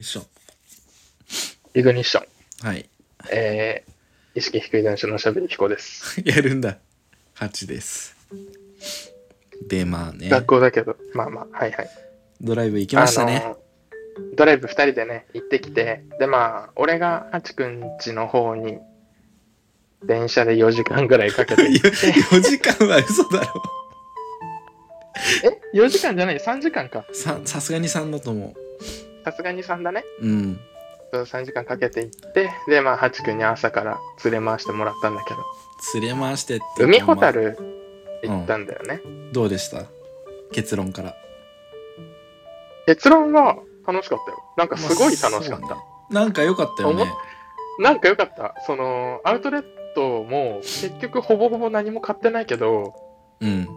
一緒。イグニッション。はい。 えー、意識低い男子のしゃべり彦です。やるんだ。8です。で、まあね、学校だけど、まあまあ、はいはい。ドライブ行きましたね。あのードライブ2人でね、行ってきて、でまあ、俺がハチくんちの方に、電車で4時間ぐらいかけて 行って、 4時間は嘘だろ。 え ?4 時間じゃない ?3 時間か。ささすがに3だと思さすがに3だね。う。うん。そう3時間かけて行って、でまあ、ハチくんに朝から連れ回してもらったんだけど、連れ回してって。海ほたる行ったんだよね。まあどうでした結論から。結論は楽しかったよ。なんかすごい楽しかった。まあそうねなんか良かったよね思っ。なんかよかった。その、アウトレットも結局ほぼほぼ何も買ってないけど、うん。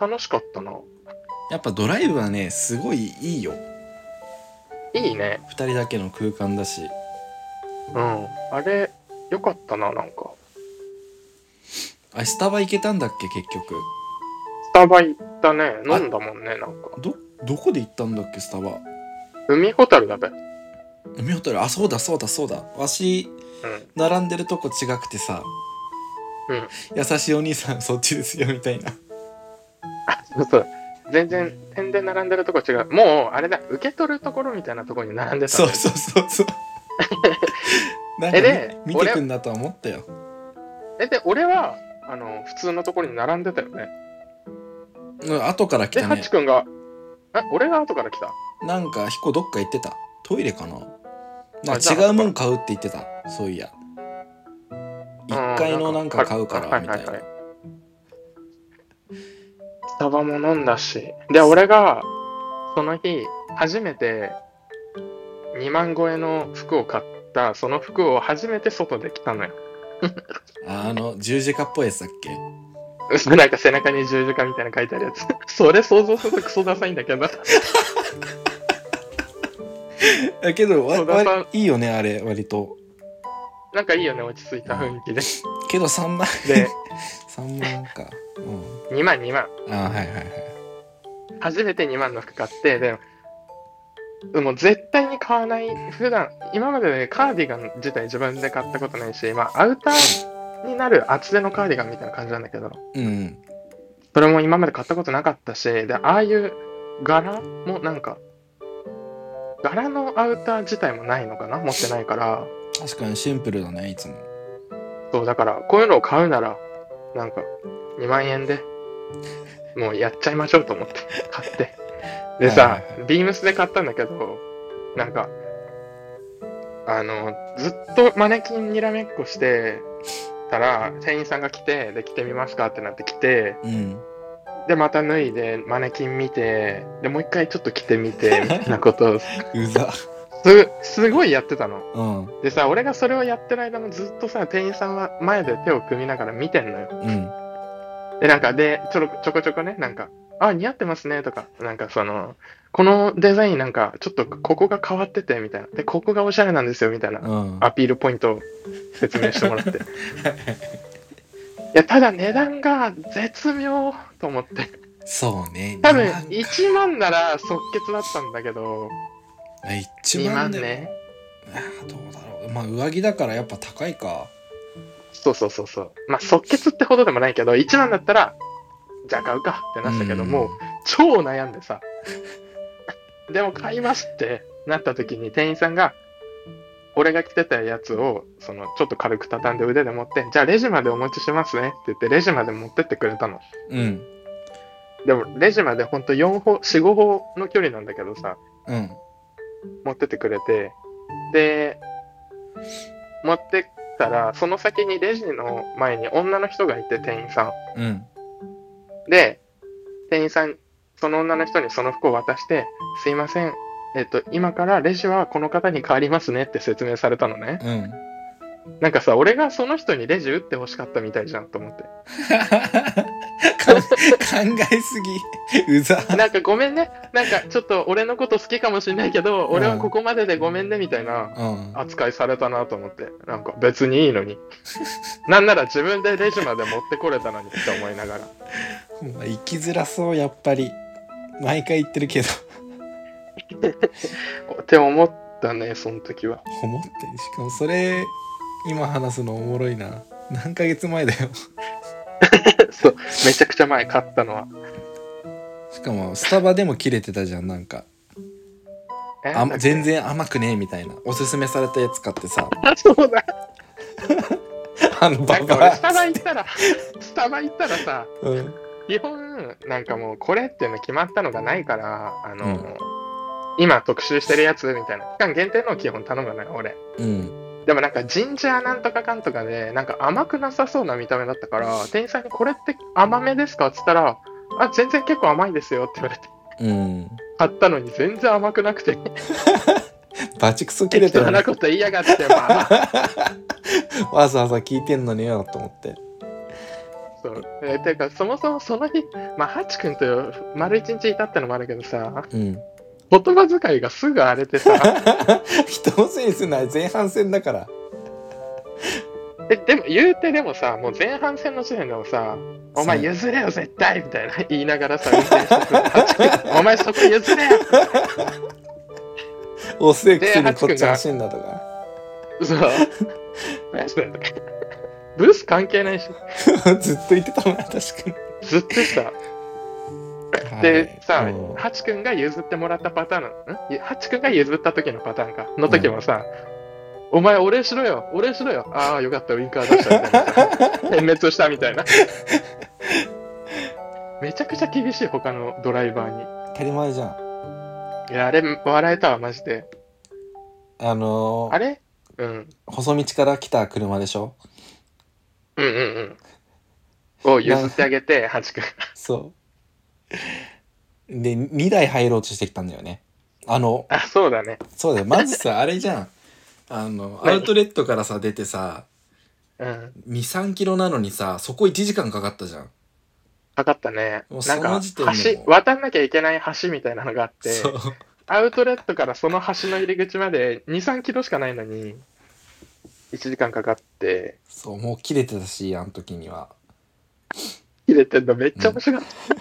楽しかったな。やっぱドライブはね、すごいいいよ。いいね。 2人だけの空間だし。うん。あれ、よかったな、なんか。あ、スタバ行けたんだっけ、結局。スタバ行ったね。飲んだもんね、なんか。ど、どこで行ったんだっけ、スタバ。海ホタルだべ。う海ほたる、あ、そうだ、そうだ、そうだ。わし、ん。並んでるとこ違くてさ、うん優しいお兄さんそっちですよみたい なあ、そうそう。全然、点で並んでるとこ違う。もう、あれだ、受け取るところみたいなところに並んでたそんうだよ。そうそう そうなんか、えでね、見てくんだとは思ったよえ、で、俺は、あの、普通のところに並んでたよね。うん後から来で、たハねチ君が、え、俺が後から来た。なんか彦どっか行ってたトイレかななんあじゃかあ違うもん買うって言ってたそういや1階のなんか買うからみたいなはいはいスタバも飲んだし。で、俺が、その日、初めて、2万超えの服を買った、その服を初めて外で着たのよ。ああの十字架っぽいやつだっけ 嘘なんか背中に十字架みたいなの書いてあるやつ。 それ想像するとクソダサいんだけど。 だけどわそうだからわいいよねあれ割となんかいいよね、落ち着いた雰囲気で。けど3万で、 3万かう2万2万。んああはいはいはい初めて2万の服買って、で、でも絶対に買わない。普段、今までね、カーディガン自体自分で買ったことないし、まあ、アウターになる厚手のカーディガンみたいな感じなんだけど、うんそれも今まで買ったことなかったし、で、ああいう柄もなんか、柄のアウター自体もないのかな持ってないから、確かにシンプルだねいつもそう、だから、こういうのを買うなら、なんか、2万円で、もうやっちゃいましょうと思って、 買って。ではさいはい、ビームスで買ったんだけど、なんか、あの、ずっとマネキンにらめっこしてたら、店員さんが来て、で、着てみますかってなって来て、うんで、また脱いで、マネキン見て、で、もう一回ちょっと着てみ て、みたいなことを、す、うざすごいやってたの。うんでさ、俺がそれをやってる間もずっとさ、店員さんは前で手を組みながら見てんのよ。うんで、なんか、で、ちょろ、ちょこちょこね、なんか、あ、似合ってますね、とか、なんかその、このデザインなんか、ちょっとここが変わってて、みたいな。で、ここがおしゃれなんですよ、みたいな。うんアピールポイントを説明しても らって。いや、ただ値段が絶妙と思って。そうね多分、 2 1万なら即決だったんだけ万ど、あ1 2万万でもね。あーどうだろうまあ上着だからやっぱ高いかそうそうそうそう。まあ、即決ってほどでもないけど、1万だったら、じゃあ買うかってなったけど、うんもう、超悩んでさ。でも買いますってなった時に店員さんが、俺が着てたやつを、その、ちょっと軽く畳んで腕で持って、じゃあレジまでお持ちしますねって言って、レジまで持ってってくれたの。うんでも、レジまでほんと4歩、4、5歩の距離なんだけどさ、うん持ってってくれて、で、持ってったら、その先にレジの前に女の人がいて、店員さん。うんで、店員さん、その女の人にその服を渡して、すいません、えっと、今からレジはこの方に変わりますねって説明されたのね。うん なんかさ、俺がその人にレジ打って欲しかったみたいじゃんと 思って。かん考えすぎうざなんかごめんね、なんかちょっと俺のこと好きかもしんないけど、俺はここまででごめんねみたいなうん扱いされたなと思って。なんか別にいい のに。なんなら自分でレジまで持ってこれたのにって思いながら。まあ生きづらそうやっぱり毎回言ってるけどって思っったね、その 時は。 思ってしかもそれ今話すのおもろいな何ヶ月前だよそう、めちゃくちゃ前買ったのは。しかもスタバでも切れてたじゃんなんかえあ なんか全然甘くねえみたいなおすすめされたやつ買って さあそうだ。あのなバんか俺、バスタバ行ったら、スタバ行ったらさ、ア、うん、基本、なんかもう、これっていうの決まったのがないから、あの、今特集してるやつみたいな、期間限定のを基本頼むのよ、俺。うんでもなんかジンジャーなんとかかんとかでなんか甘くなさそうな見た目だったから店員さんに「これって甘めですか?」っつったら「あ全然結構甘いですよ」って言われてうん買ったのに全然甘くなくてバチクソ切れ適て当るななこと言いやがってまあまあ わざわざ聞いてんのによと思ってそうえーていうかそもそもその日まあハチ君と丸一日いたってのもあるけどさうん 言葉遣いがすぐ荒れてさ人のせいにすんな前半戦だからえでも言うてでもさもう前半戦の時点でもさ「お前そう譲れよ絶対」みたいな言いながらさ運転してくるハチ 君お前そこ譲れよ」おせえくせでにこっハチ君ちが走んだとか そう。何それとか。ブース関係ないし、ずっと言ってたもんな確かにずっとさ、はいでさうん、ハチ君が譲ってもらったパターンの、んハチ君が譲った時のパターンか、の時もさ、お前お礼しろよ、お礼しろよ、ああ、よかった、ウインカー出したみたいなさ、 点滅したみたいな。めちゃくちゃ厳しい、他のドライバー当たり前じゃんに。いや、あれ、笑えたわ、マジで。あのーあれうん。細道から来た車でしょうんうんうん。を譲ってあげて、ハチ君。そう。で、2台入ろうとしてきたんだよね。あの、あ、そうだね。そうだよ。まずさ、あれじゃん。あの、ア何ウトレットからさ、出てさ、うん。 2、3キロなのにさ、そこ1時間かかったじゃん。かかったね。もうなんそのか時点でも橋、う渡んなきゃいけない橋みたいなのがあって、そう。アウトレットからその橋の入り口まで2、3キロしかないのに、1時間かかって、そう、もう切れてたし、あの時には。入れてんのめっちゃ面白かった。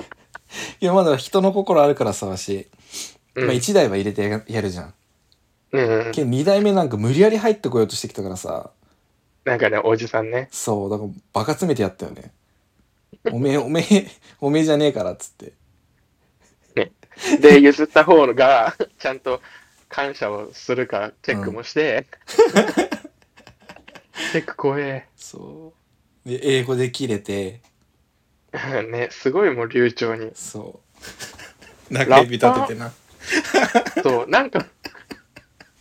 いや、まだ人の心あるからさ、わし。うん。まあ1台は入れてややるじゃん。うんけど2台目なんか無理やり入ってこようとしてきたからさ、なんかね、おじさん ね。そう、だからバカ詰めてやったよね。おめえ、おめえ、おめえじゃねえから、っつって。で、譲った方が、ちゃんと感謝をするか、チェックもして、チェック怖え。 そう。で、英語で切れて、ね、すごいもう流暢に。そう。 中指立ててな。そう、なんか、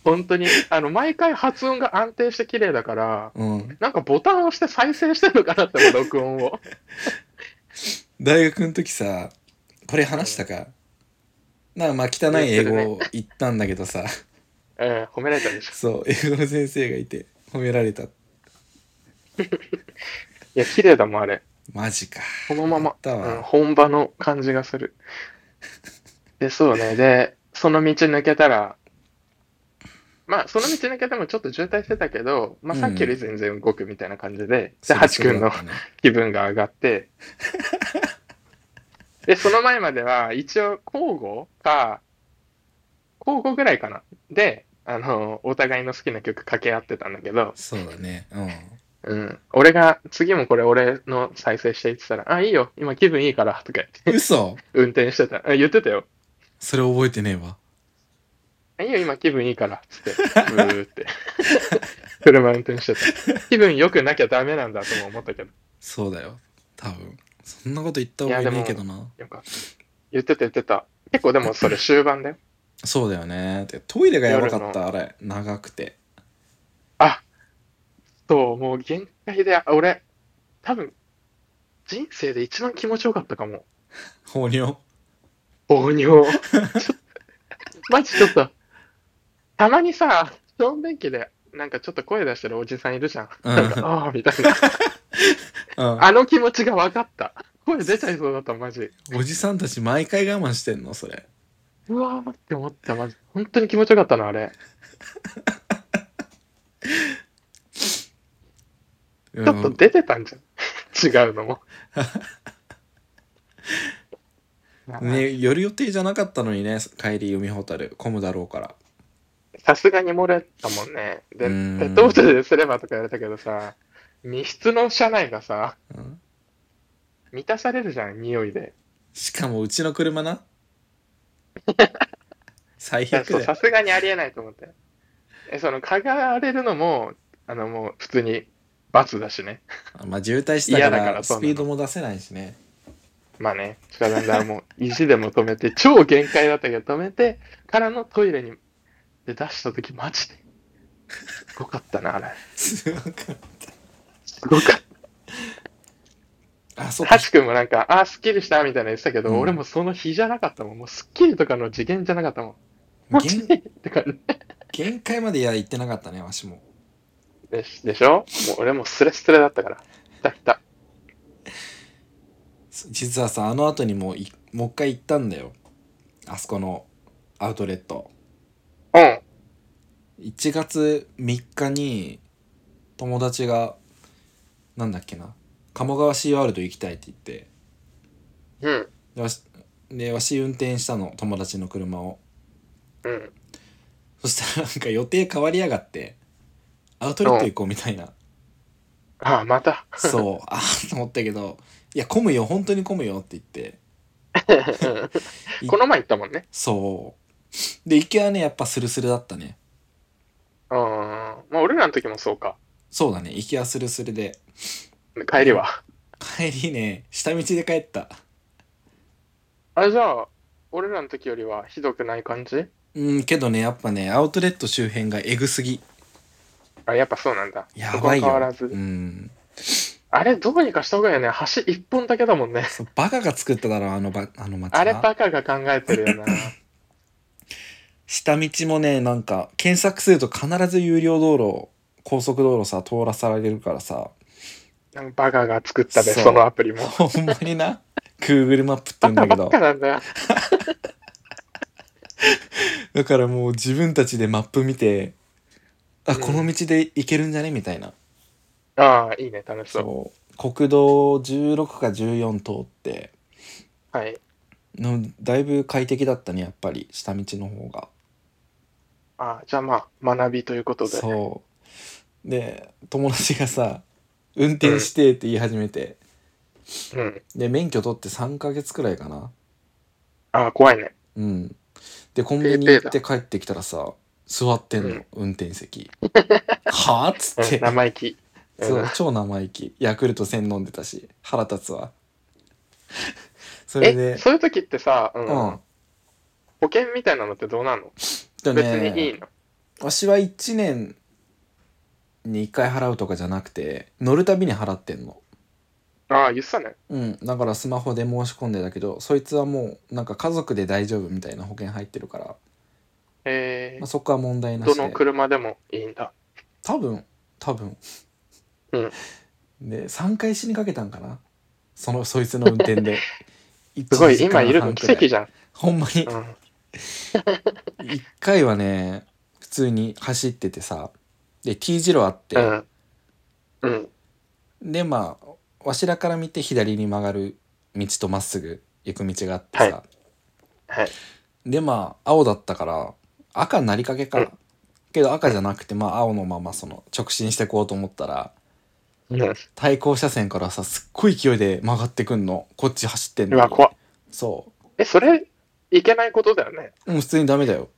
本当に、あの、毎回発音が安定して綺麗だから、うん。なんかボタンを押して再生してるのかなって思う、録音を。大学の時さ、これ話したか。なんかまあ汚い英語を言ったんだけどさ、 うん、褒められたでしょ。そう、英語の先生がいて褒められた。いや、綺麗だもん、あれ。マジか。このまま、だわうん、本場の感じがする。で、そうね。で、その道抜けたら、まあ、その道抜けてもちょっと渋滞してたけど、まあ、さっきより全然動くみたいな感じで、で、ハチ君のそうだったね気分が上が って、で、その前までは、一応、交互か、交互ぐらいかな。で、あの、お互いの好きな曲掛け合ってたんだけど、そうだね。ううん。俺が、次もこれ俺の再生して言ってたら、あ、いいよ、今気分いいから、とか言って、ん。嘘運転してた。あ言ってたよ。それ覚えてねえわ。あいいよ、今気分いいから、つって、ブーって。車運転してた。気分良くなきゃダメなんだとも思ったけど、そうだよ。多分。そんなこと言った覚えねえけどな。よかった。言ってた言ってた。結構でもそれ終盤だよ。そうだよね。てかトイレがやばかった、あれ。長くて。あ、そう、もう限界で、あ俺、多分、人生で一番気持ちよかったかも。放尿。防尿。 マジちょっと、たまにさ、小便器で、なんかちょっと声出してるおじさんいるじゃん。うんなんか、ああ、みたいな。うん。あの気持ちが分かった。声出ちゃいそうだった、マジ。おじさんたち毎回我慢してんのそれ。うわーって思った、マジ。本当に気持ちよかったな、あれ。ちちょっと出てたんじゃん。違う のも。ね、寄る予定じゃなかったのにね、帰り、海ほたる、混むだろうから。さすがに漏れたもんね。で、うペんットボトルですればとか言われたけどさ、密室の車内がさ、うん満たされるじゃん、匂いで。しかもうちの車 な最いや悪そうださよすがにありえないと思って。え、その、嗅がれるのも、あの、もう普通に罰だしね。まあ渋滞したか嫌だかららスそうなのピードも出せないし ねまあね、近田さんもう意地でも止 めて、超限界だったけど止めて、からのトイレに、で出した時マジで。すごかったな、あれ。すごかったすごかった。あそうハかチ君もなんか、あー、すっきりしたみたいな言ってたけど、うん俺もその日じゃなかったもん。もうすっきりとかの次元じゃなかったもん。マジ限でって感じ限界までいや行ってなかったねわしもでしでしょもう俺もスレスレだったから。ひたひた。実はさあの後にもういもう一回行ったんだよあそこのアウトレットうん。 1月3日に友達がなんだっけな鴨川シーワールド行きたいって言ってうん。でわしでわし運転したの友達の車をうん。そしたらなんか予定変わりやがってアウトレット行こうみたいなああ、また。そうあーと思ったけどいや混むよ本当に混むよって言ってうん この前行ったもんね。そうで行きはねやっぱスルスルだったねうん。まあ、俺らの時もそうか。そうだね行きはスルスルで帰りは。帰りね下道で帰ったあれじゃあ、俺らの時よりはひどくない感じうんけどねやっぱねアウトレット周辺がエグすぎあ、やっぱそうなんだ。やばいそこは変わよらず。うんあれ、どうにかした方がいいよね。橋一本だけだもんね。そうバカが作っただろあのばあの街はあれ、バカが考えて るよな。下道もねなんか検索すると必ず有料道路高速道路さ通らされるからさなんかバカが作ったで、そうそのアプリも。ほんまにな Google マップって言うんだけバどカなんだよ。だからもう自分たちでマップ見てあ、うんこの道で行けるんじゃねみたいなああ、いいね、楽しそう。そう国道16か14通ってはい。のだいぶ快適だったねやっぱり下道の方がああ、じゃあまあ、学びということで。そうで友達がさ「運転して」って言い始めて、うん。で免許取って3ヶ月くらいかなああ、怖いね。うんでコンビニ行って帰ってきたらさ座ってんの、うん運転席 はあっつうってん、生意気。うんそう超生意気ヤクルト1000飲んでたし腹立つ わそれえ、でそういう時ってさ、うんうん保険みたいなのってどうなので別にいねいのわしは1年に1回払うとかじゃなくて乗るたびに払ってんのああ、言ってたね。うん、だからスマホで申し込んでたけどそいつはもうなんか家族で大丈夫みたいな保険入ってるから、えまあ、ー、そこは問題なしどので車でもいいんだ。多分多分うんで3回死にかけたんかなそのそいつの運転 ですごい、今いるの奇跡じゃじゃん。ほんまにうん。 1回はね普通に走っててさで T 字路あって、うん。うん。でまあわしらから見て左に曲がる道とまっすぐ行く道があってさ、ははい。でまあ青だったから赤になりかけか、うんけど赤じゃなくてまあ青のままその直進してこうと思ったらうん。対向車線からさすっごい勢いで曲がってくんのこっち走ってんのうわ、怖っそえ、それ、いけないことだよね。うもう普通にダメだよ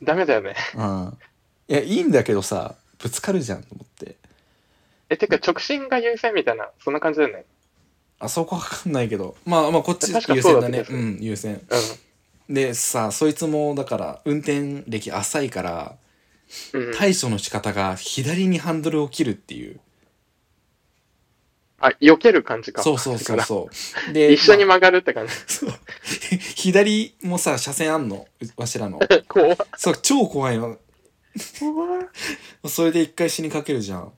ダメだよね。うんいやいいんだけどさぶつかるじゃんと思ってえ、てか、直進が優先みたいな、そんな感じだよね。あそこわかんないけどまあまあこっち確か優先だそうだねった気うがすん優先うでさそいつもだから運転歴浅いからん。うん。対処の仕方が左にハンドルを切るっていうあ、避ける感じか。そうそうそうだかそうらで一緒に曲がるって感じ。そう。 左もさ、車線あんの、うわしらの。怖っそう、超怖いの。怖っそれで一回死にかけるじゃん。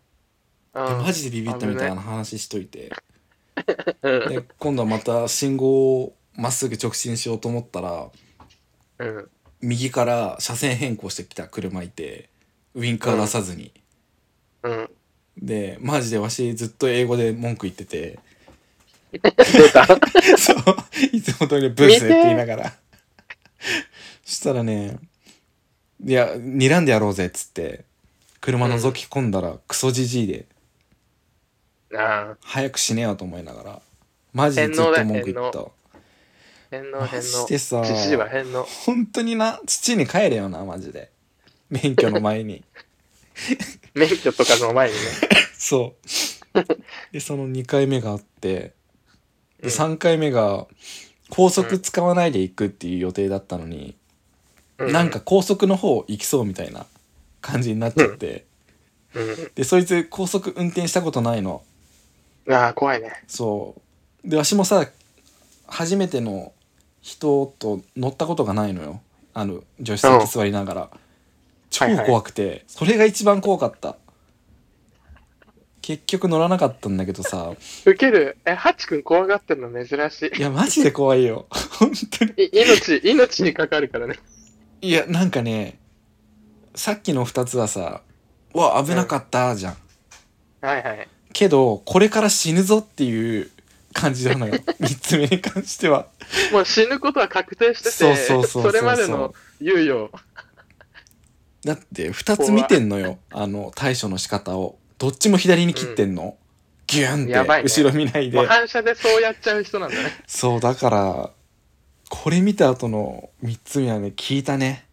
でうんマジでビビったみたいな話しといて。うんで、今度はまた信号をまっすぐ直進しようと思ったら、うん。右から車線変更してきた車いて、ウインカー出さずに。うん。で、マジでわしずっと英語で文句言ってて、 出た。そう、 いつも通りブスって言いながら。そしたらね、いや睨んでやろうぜっつって車覗き込んだらクソじじいで ああ、早く死ねよと思いながらマジでずっと文句言った返納返マジ納。でさじじいは返納。本当にな父に帰れよなマジで免許の前 に免許とかの前にね。 そうでその2回目があってうでん3回目が高速使わないで行くっていう予定だったのに、うなんか、高速の方行きそうみたいな感じになっちゃって、うでそいつ高速運転したことないのん。ああ、怖いね。そうでわしもさ初めての人と乗ったことがないのよあの助手席座りながら超はいはい怖くて、それが一番怖かった結局乗らなかったんだけどさ受ける。え、ハチ君怖がってるの珍しいやマジで怖いよ本当にい。い 命、命にかかるからね。いやなんかねさっきの2つはさ「うわ危なかった」じゃんはいはい。けどこれから死ぬぞっていう感じなのよ3つ目に関してはもう死ぬことは確定してて、そうそうそうそうそうれまでの猶予。だって2つ見てんのよあの対処の仕方をどっちも左に切ってんの、ギューンやばっいてね後ろ見ないでもう反射でそうやっちゃう人なんだね。そうだからこれ見た後の3つ目はね聞いたね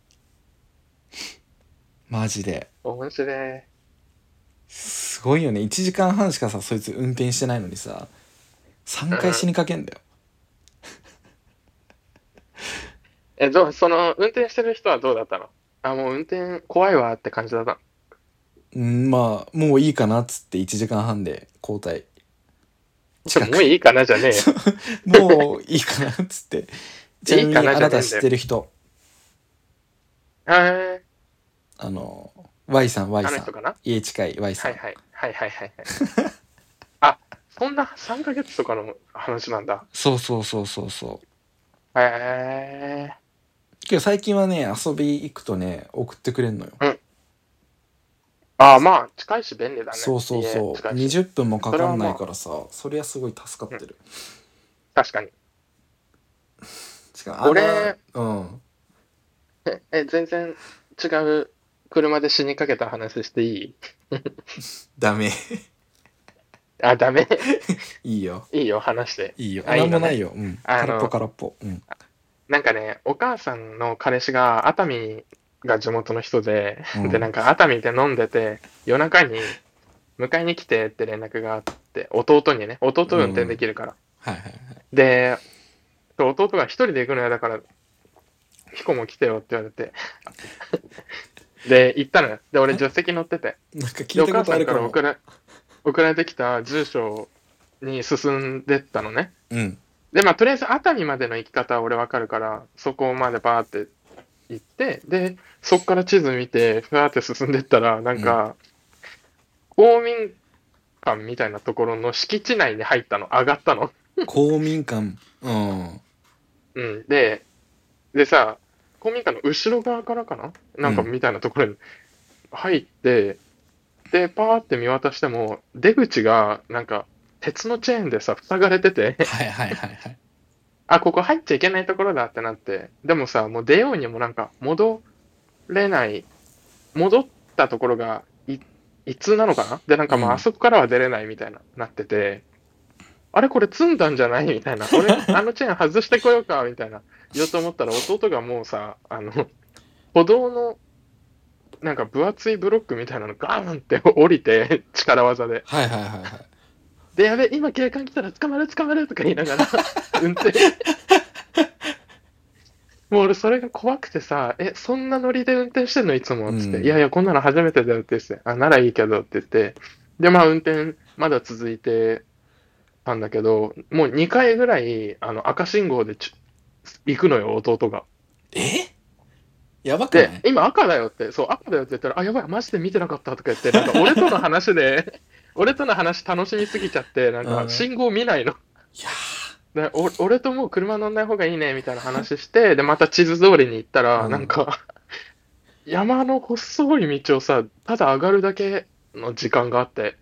マジで 面白い。すごいよね1時間半しかさそいつ運転してないのにさ3回死にかけんだよえ、どう、その、運転してる人はどうだったのあ、もう運転怖いわって感じだったの。うんまあもういいかなっつって1時間半で交代ちょ近くもういいかなじゃ ねえよ。もういいかなっつってちなみいいにかあなじゃねえんだよなた知ってる人はあの Y さん Y い。あさのん人かな家近い Y さはん、いはい。はいはいはいはい。 あ、そんな3ヶ月とかの話なんだ。そうそうそうそうそうへえ。けど最近はね遊び行くとね送ってくれんのよ、あ、まあ、近いし便利だね。そうそうそう家近いし20分もかかんないからさそれ,、はすごい助かってる、確かに。しかも俺あのうんえ、 え全然違う車で死にかけた話していいダメあ、ダメ。 いいよいいよ、話して。いいよあいいなんのねもないよ、うん、あ空のっぽ空っぽ、うん、なんかね、お母さんの彼氏が熱海が地元の人で、うんで、なんか熱海で飲んでて、夜中に迎えに来てって連絡があって、弟にね、弟運転できるから。はいはいはいで、弟が一人で行くのやだから、彦も来てよって言われ て。で、行ったのよ。で、俺助手席乗ってて。なんかで、聞おいた母ことさあんるかからも送ら送られてきた住所に進んでったのね。うんで、まあ、とりあえず熱海までの行き方は俺わかるから、そこまでバーって行って、で、そこから地図見て、ふわーって進んでったら、なんか、公民館みたいなところの敷地内に入ったの、上がったの。公民館うんうん。で、でさ、公民館の後ろ側からかななんかみたいなところに入って、で、パーって見渡しても、出口が、なんか、鉄のチェーンでさ、塞がれてて、はいはいはいはいあ、ここ入っちゃいけないところだってなって、でもさ、もう出ようにもなんか戻れない、戻ったところがい、いつなのかなで、なんかまうあ、んあそこからは出れないみたいな、なってて、あれこれ積んだんじゃないみたいな、俺、あのチェーン外してこようか、みたいな、言おうと思ったら、弟がもうさ、あの、歩道の、なんか分厚いブロックみたいなのガーンって降りて、力技で。はいはいはいはいで、やべ、今警官来たら捕まる捕まるとか言いな がら、運転。もう俺それが怖くてさ、え、そんなノリで運転してんのいつもっつって、うんいやいや、こんなの初めてだよって言って、あ、ならいいけどって言って、で、まあ運転まだ続いてたんだけど、もう2回ぐらい、あの、赤信号でちゅ行くのよ、弟が。えやばくなでい、今赤だよって、そう、赤だよって言ったら、あ、やばい、マジで見てなかったとか言って、なんか俺との話で、俺との話楽しみすぎちゃって、なんうかん信号見ないの。いやでお俺ともう車乗んない方がいいねみたいな話して、で、また地図通りに行ったら、うんなんか、 山の細い道をさ、ただ上がるだけの時間があって、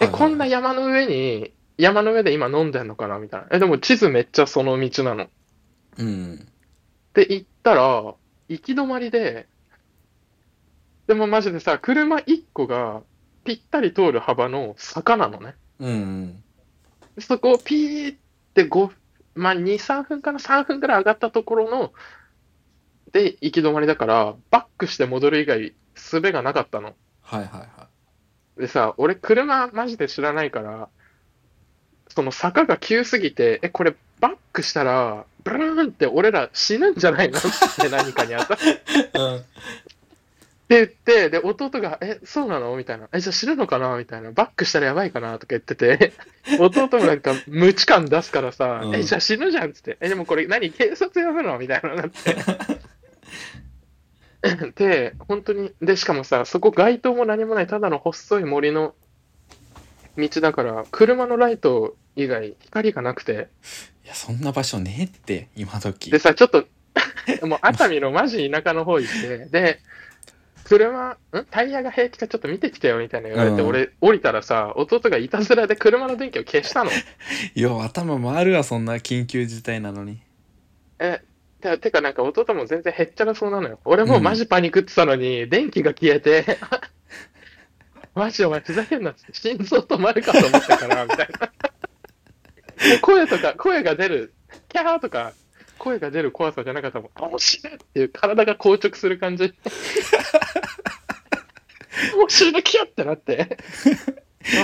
ーえ、こんなはい山の上に、山の上で今飲んでんのかなみたいな。え、でも地図めっちゃその道なの。はいはいうんで、行ったら、行き止まりで、でもマジでさ、車1個がぴったり通る幅の坂なのね。うんうんそこをピーって5、まあ、2、3分から3分くらい上がったところの、で、行き止まりだから、バックして戻る以外、術がなかったの。はいはいはでさ、俺車マジで知らないから、その坂が急すぎて、え、これバックしたら、ブルーンって俺ら死ぬんじゃないのって何かに当たってい うんって言って、で、弟が、え、そうなのみたいな。え、じゃあ死ぬのかなみたいな。バックしたらやばいかなとか言っ てて、弟もなんか無知感出すからさ、うんえ、じゃあ死ぬじゃんっつって。え、でもこれ何警察呼ぶのみたいなのになって。 で、本当に、で、しかもさ、そこ街灯も何もない、ただの細い森の道だから、車のライト以外光がなくて、いやそんな場所ねえって今時でさ、ちょっと、 もう熱海のマジ田舎の方行って、で、車、んタイヤが平気かちょっと見てきてよみたいな言われて、うん俺、降りたらさ、弟がいたずらで車の電気を消したの。よう頭回るわそんな緊急事態なのにえ、ててかなんか弟も全然へっちゃらそうなのよ。俺もうマジパニックってたのに、電気が消えて、 マジお前ふざけんなっつって、心臓止まるかと思ったから、みたいな。もう声とか、声が出る、キャーとか、声が出る怖さじゃなかったもん。あ、もう死ぬっていう体が硬直する感じ。 もう死ぬ気やってなって。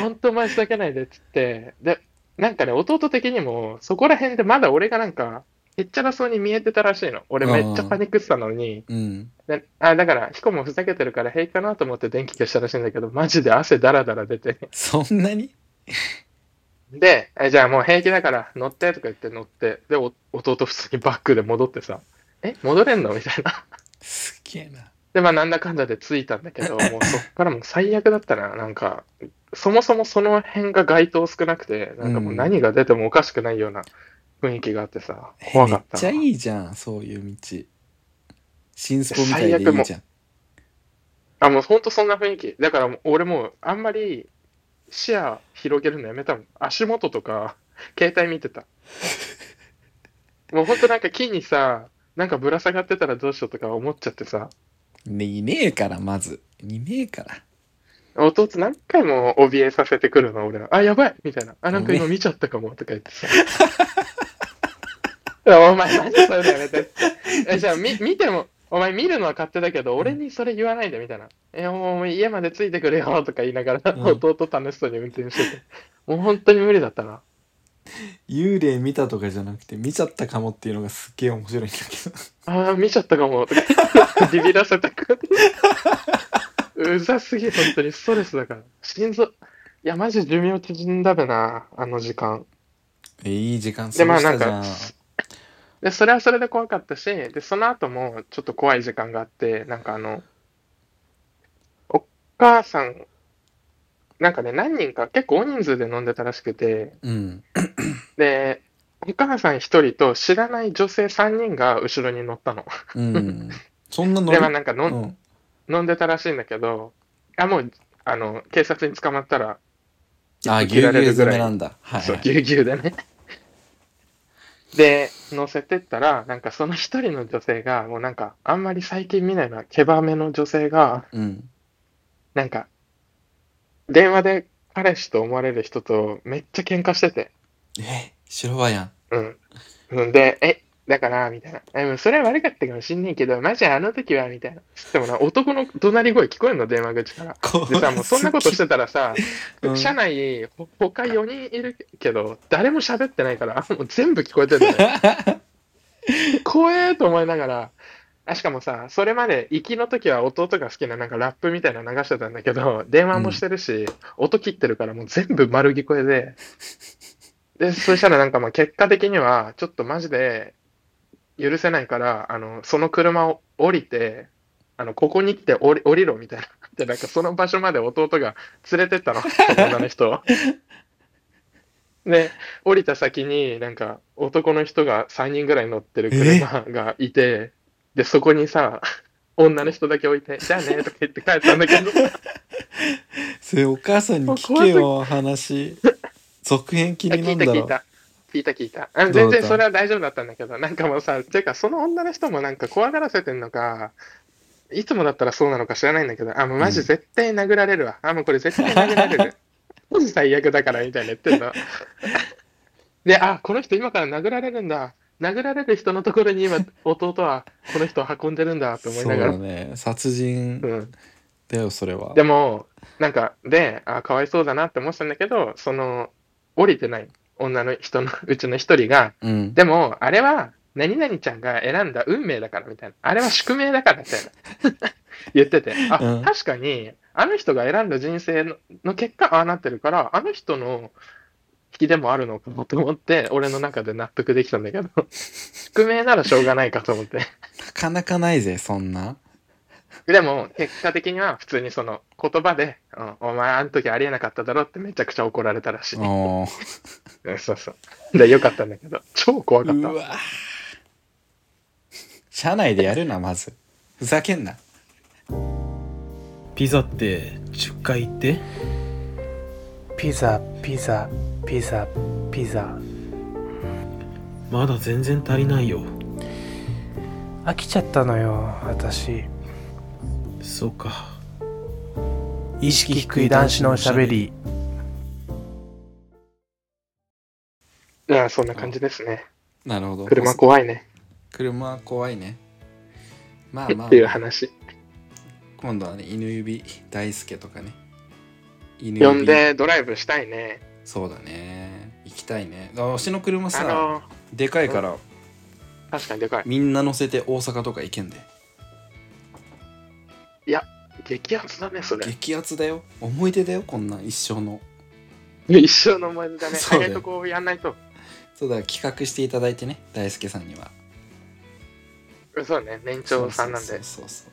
ほんとお前ふざけないでっつって。で、なんかね、弟的にも、そこら辺でまだ俺がなんか、へっちゃらそうに見えてたらしいの。俺めっちゃパニックってたのに、うんであだから、ヒコもふざけてるから平気かなと思って電気消したらしいんだけど、マジで汗だらだら出て。そんなにで、えじゃあもう平気だから乗ってとか言って乗って、で、お弟普通にバックで戻ってさ、え、戻れんのみたいな。 すげえなで、まあなんだかんだで着いたんだ けど、もうそっからもう最悪だったな。なんか、そもそもその辺が街灯少なくて、なんかもう何が出てもおかしくないような雰囲気があってさ、え怖めかっったちゃな。いいじゃんそういう道新スポみたいでいいじゃんあ、もうほんとそんな雰囲気。だからもう俺もうあんまり視野広げるのやめたもん。足元とか、携帯見てた。もうほんとなんか木にさ、なんかぶら下がってたらどうしようとか思っちゃってさ、ねいねえからまずいねえから弟何回も怯えさせてくるの、俺は。あ、やばいみたいな。あ、なんか今見ちゃったかもとか言ってさ。 いやお前、なんでそういうのやめてって。え、じゃあ、み、見ても、お前見るのは勝手だけど、俺にそれ言わないで、みたいな。え、もう家までついてくれよ、とか言いながら、うん弟楽しそうに運転してて。もう本当に無理だったな。幽霊見たとかじゃなくて見ちゃったかもっていうのがすっげえ面白いんだけ どあー、見ちゃったかも、とか。 ビビらせたくて。うざすぎ、本当に。ストレスだから。心臓、いや、マジ寿命縮んだべな、あの時間。いい時間過で、まごあしなたんじゃん、か、で、それはそれで怖かったし、で、その後もちょっと怖い時間があって、なんかあの、お母さん、なんかね、何人か、結構大人数で飲んでたらしくて、うんで、お母さん一人と知らない女性三人が後ろに乗ったの。うんそんなので、まあなんか飲んうん飲んでたらしいんだけど、あ、もう、あの、警察に捕まったら、あぎゅうぎゅう詰めなんだはい、そうは、い、ぎゅうぎゅう でね。で、乗せてったら、なんかその一人の女性が、もうなんか、あんまり最近見ないな、毛羽目の女性が、うんなんか、電話で彼氏と思われる人とめっちゃ喧嘩してて、え白馬やんうん。うんで、え、だから、みたいな。え、もうそれは悪かったかもしんねえけど、マジあの時は、みたいな。つってもな、男の怒鳴り声聞こえんの、電話口から。こでさ、もうそんなことしててたらさ、うん車内、ほ他4人いるけど、誰も喋ってないから、 もう全部聞こえてるの ね。怖えと思いながら、あ、しかもさ、それまで、行きの時は弟が好きななんかラップみたいなの流してたんだけど、電話もしてるし、音切ってるからもう全部丸聞こえで、で、そしたらなんかまあ結果的には、ちょっとマジで許せないから、あの、その車を降りて、あの、ここに来て降り降りろみたいな。 で、なんかその場所まで弟が連れてったの、女の人を。で、降りた先になんか男の人が3人ぐらい乗ってる車がいて、で、そこにさ、女の人だけ置いて、じゃあねとか言って帰ったんだけど、それお母さんに聞けよ話続編気あに 聞ないんただ聞ろいた。聞いた聞いた。あどうだった全然それは大丈夫だったんだけど、なんかもうさ、てかその女の人もなんか怖がらせてんのか、いつもだったらそうなのか知らないんだけど、あ、もうマジうん絶対殴られるわ。あ、もうこれ絶対殴られ る。マジ最悪だからみたいな言ってんの。で、あ、この人今から殴られるんだ。殴られる人のところに今、弟はこの人を運んでるんだと思いそうながら。だね殺人うんだよそれはでも、なんか、で、あ、かわいそうだなって思ってたんだけど、その、降りてない女の人の うちの一人が、うんでも、あれは、何々ちゃんが選んだ運命だからみたいな。あれは宿命だからみたいな。 言ってて。あ、うん確かに、あの人が選んだ人生のの結果、ああなってるから、あの人の引きでもあるのかもと思って、俺の中で納得できたんだけど、宿命ならしょうがないかと思って。なかなかないぜそんなでも、結果的には普通にその言葉で、うん、お前あの時ありえなかっただろってめちゃくちゃ怒られたらしい。おーうんそうそう。で、よかったんだけど、超怖かっうた。わー車内でやるなまずふざけんなピザって10回言ってピザピザピザピザまだ全然足りないよ飽きちゃったのよ私そうか意識低い男子のしゃべりいや、そんな感じですね。なるほど車怖いね。車怖いねまあまっあていう話。今度はね犬指大輔とかね犬呼んでドライブしたいね。そうだね行きたいねあ推しの車あさ、の、でかいから確かにでかい。みんな乗せて大阪とか行けんで激アツだね、それ。激アツだよ思い出だよこんなん一生の一生の思い出だね。そうだ早よいとこやんないと。そうだ企画していただいてね大輔さんにはそうね、年長さんなんそうで。そうそう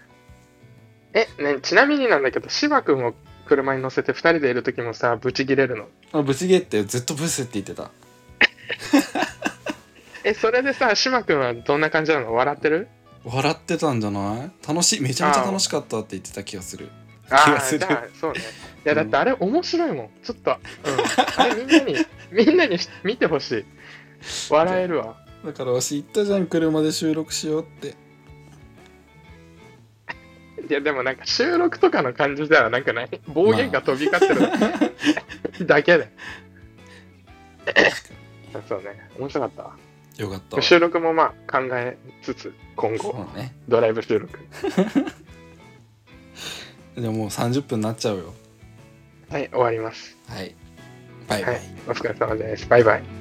え、ね、ちなみになんだけど、芝君を車に乗せて二人でいる時もさ、ブチギレるの。そうあブチゲってずっとブスって言ってたえ、それでさ、島君はどんな感じなの笑ってる笑ってたんじゃない楽しいめちゃめちゃ楽しかったって言ってた気がするあがするあ、じゃあ、そうね。いや、だってあれ面白いもん。ちょっと、うん。あれみんなに、 みんなにし見てほしい。笑えるわ。だからわし言ったじゃん車で収録しよう っていや、でもなんか収録とかの感じではなんかない。暴言が飛び交ってるだけで。そうね。面白かったわ。よかったわ収録もまあ考えつつ、今後、そうねドライブ収録。じゃあもう30分になっちゃうよはい、終わります。はいバイバイ、はいお疲れ様です。バイバイ。